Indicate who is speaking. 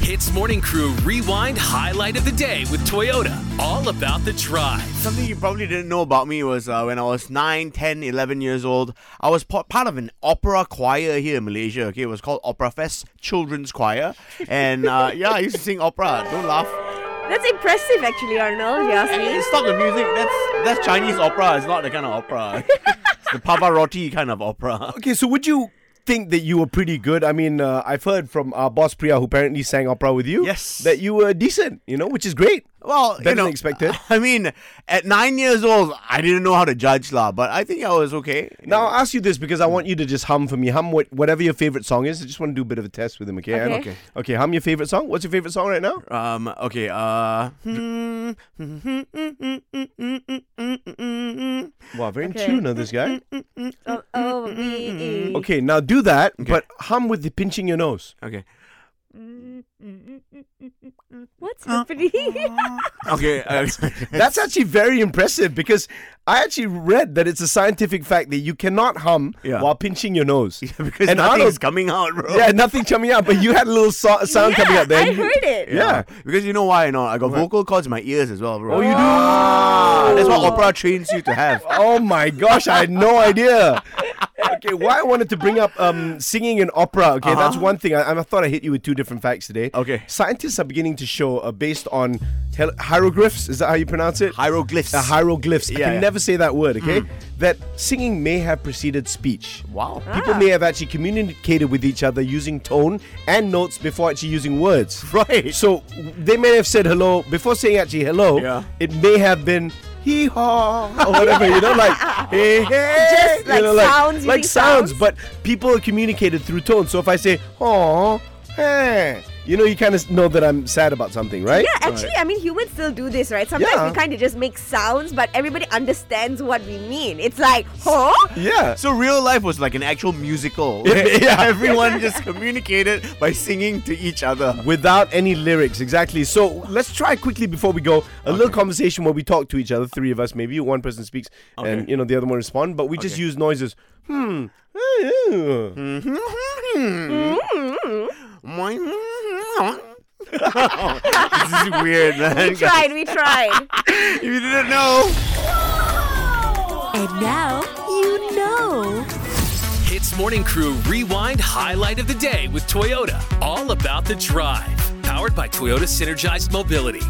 Speaker 1: Hits Morning Crew Rewind Highlight of the Day with Toyota. All about the drive.
Speaker 2: Something you probably didn't know about me was uh, when I was 9, 10, 11 years old, I was po- part of an opera choir here in Malaysia. Okay, it was called Opera Fest Children's Choir. And uh, yeah, I used to sing opera. Don't laugh.
Speaker 3: That's impressive, actually, Arnold. You asked me.
Speaker 2: Stop the music. That's, that's Chinese opera. It's not the kind of opera. It's the Pavarotti kind of opera.
Speaker 4: Okay, so would you think that you were pretty good? I mean, uh, I've heard from our boss Priya, who apparently sang opera with you,
Speaker 2: Yes.
Speaker 4: that you were decent. You know, which is great.
Speaker 2: Well,
Speaker 4: Better
Speaker 2: you know,
Speaker 4: than expected.
Speaker 2: I mean, at nine years old, I didn't know how to judge lah, but I think I was okay.
Speaker 4: Now I'll ask you this because I want you to just hum for me. Hum what, whatever your favorite song is. I just want to do a bit of a test with him. Okay. Aaron?
Speaker 3: Okay. Okay.
Speaker 4: Okay. Hum your favorite song. What's your favorite song right now?
Speaker 2: Um. Okay. Uh.
Speaker 4: Wow, very
Speaker 3: Okay.
Speaker 4: in tune of this guy.
Speaker 3: Oh,
Speaker 4: Mm,
Speaker 3: oh, me.
Speaker 4: Okay, now do that, but hum with the pinching your nose.
Speaker 2: Okay.
Speaker 3: What's happening?
Speaker 2: Okay. uh,
Speaker 4: That's actually very impressive because I actually read that it's a scientific fact that you cannot hum
Speaker 2: Yeah.
Speaker 4: while pinching your nose.
Speaker 2: because
Speaker 4: And
Speaker 2: nothing's
Speaker 4: Arnold-
Speaker 2: coming out, bro.
Speaker 4: Yeah, nothing coming out, but you had a little so- sound coming
Speaker 3: Yeah,
Speaker 4: out there.
Speaker 3: I heard it.
Speaker 4: Yeah.
Speaker 2: Because you know why or not? I got vocal cords in my ears as well, bro.
Speaker 4: Oh, you do?
Speaker 2: Ah, That's what opera trains you to have.
Speaker 4: Oh my gosh, I had no idea. Okay, why I wanted to bring up um, singing in opera. Okay, that's one thing. I, I thought I hit you with two different facts today.
Speaker 2: Uh-huh. Okay.
Speaker 4: Scientists are beginning to show, uh, based on hel- hieroglyphs, is that how you pronounce it?
Speaker 2: Hieroglyphs.
Speaker 4: The hieroglyphs. I
Speaker 2: Yeah,
Speaker 4: can
Speaker 2: yeah.
Speaker 4: never say that word, okay? That singing may have preceded speech.
Speaker 2: wow.
Speaker 4: People may have actually communicated with each other using tone and notes before actually using words.
Speaker 2: Right.
Speaker 4: So they may have said hello before saying actually hello.
Speaker 2: Yeah.
Speaker 4: It may have been hee haw or whatever. you know, like hey hey.
Speaker 3: Just
Speaker 4: you
Speaker 3: like
Speaker 4: know,
Speaker 3: sounds,
Speaker 4: Like,
Speaker 3: using
Speaker 4: sounds,
Speaker 3: sounds.
Speaker 4: but people are communicated through tone. So if I say oh hey, you know, you kind of know that I'm sad about something, right?
Speaker 3: Yeah, actually, I mean, humans still do this, right? Sometimes
Speaker 4: Yeah.
Speaker 3: we kind of just make sounds, but everybody understands what we mean. It's like, huh?
Speaker 4: Yeah.
Speaker 2: So real life was like an actual musical.
Speaker 4: Yeah.
Speaker 2: where Everyone just communicated by singing to each other.
Speaker 4: Without any lyrics, exactly. So let's try quickly before we go a little conversation where we talk to each other, three of us maybe. One person speaks and
Speaker 2: Okay.
Speaker 4: you know the other one respond, but we just
Speaker 2: Okay. Hmm.
Speaker 4: use noises. Hmm.
Speaker 2: Mm-hmm. this is weird, man.
Speaker 3: We tried, we tried.
Speaker 2: If you didn't know.
Speaker 5: And now you know.
Speaker 1: Hits Morning Crew Rewind Highlight of the Day with Toyota. All about the drive. Powered by Toyota Synergized Mobility.